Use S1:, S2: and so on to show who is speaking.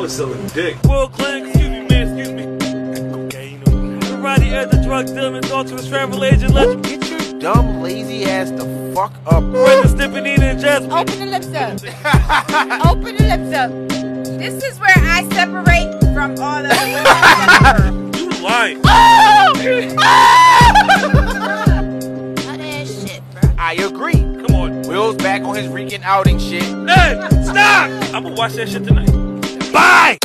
S1: was selling dick. World clan, excuse me, man, excuse me. Karate as a drug dealer, adulterous travel agent, legend.
S2: Get your dumb, lazy ass the fuck up.
S1: Brenda, Stephanie, and Jasmine.
S3: Open the lips up. Open the lips up. This is where I separate from all the other women. I ever-
S1: You lying.
S3: Nut ass shit, bro.
S2: I agree.
S1: Come on.
S2: Will's back on his weekend outing shit.
S1: Hey, stop! I'm gonna watch that shit tonight. Bye!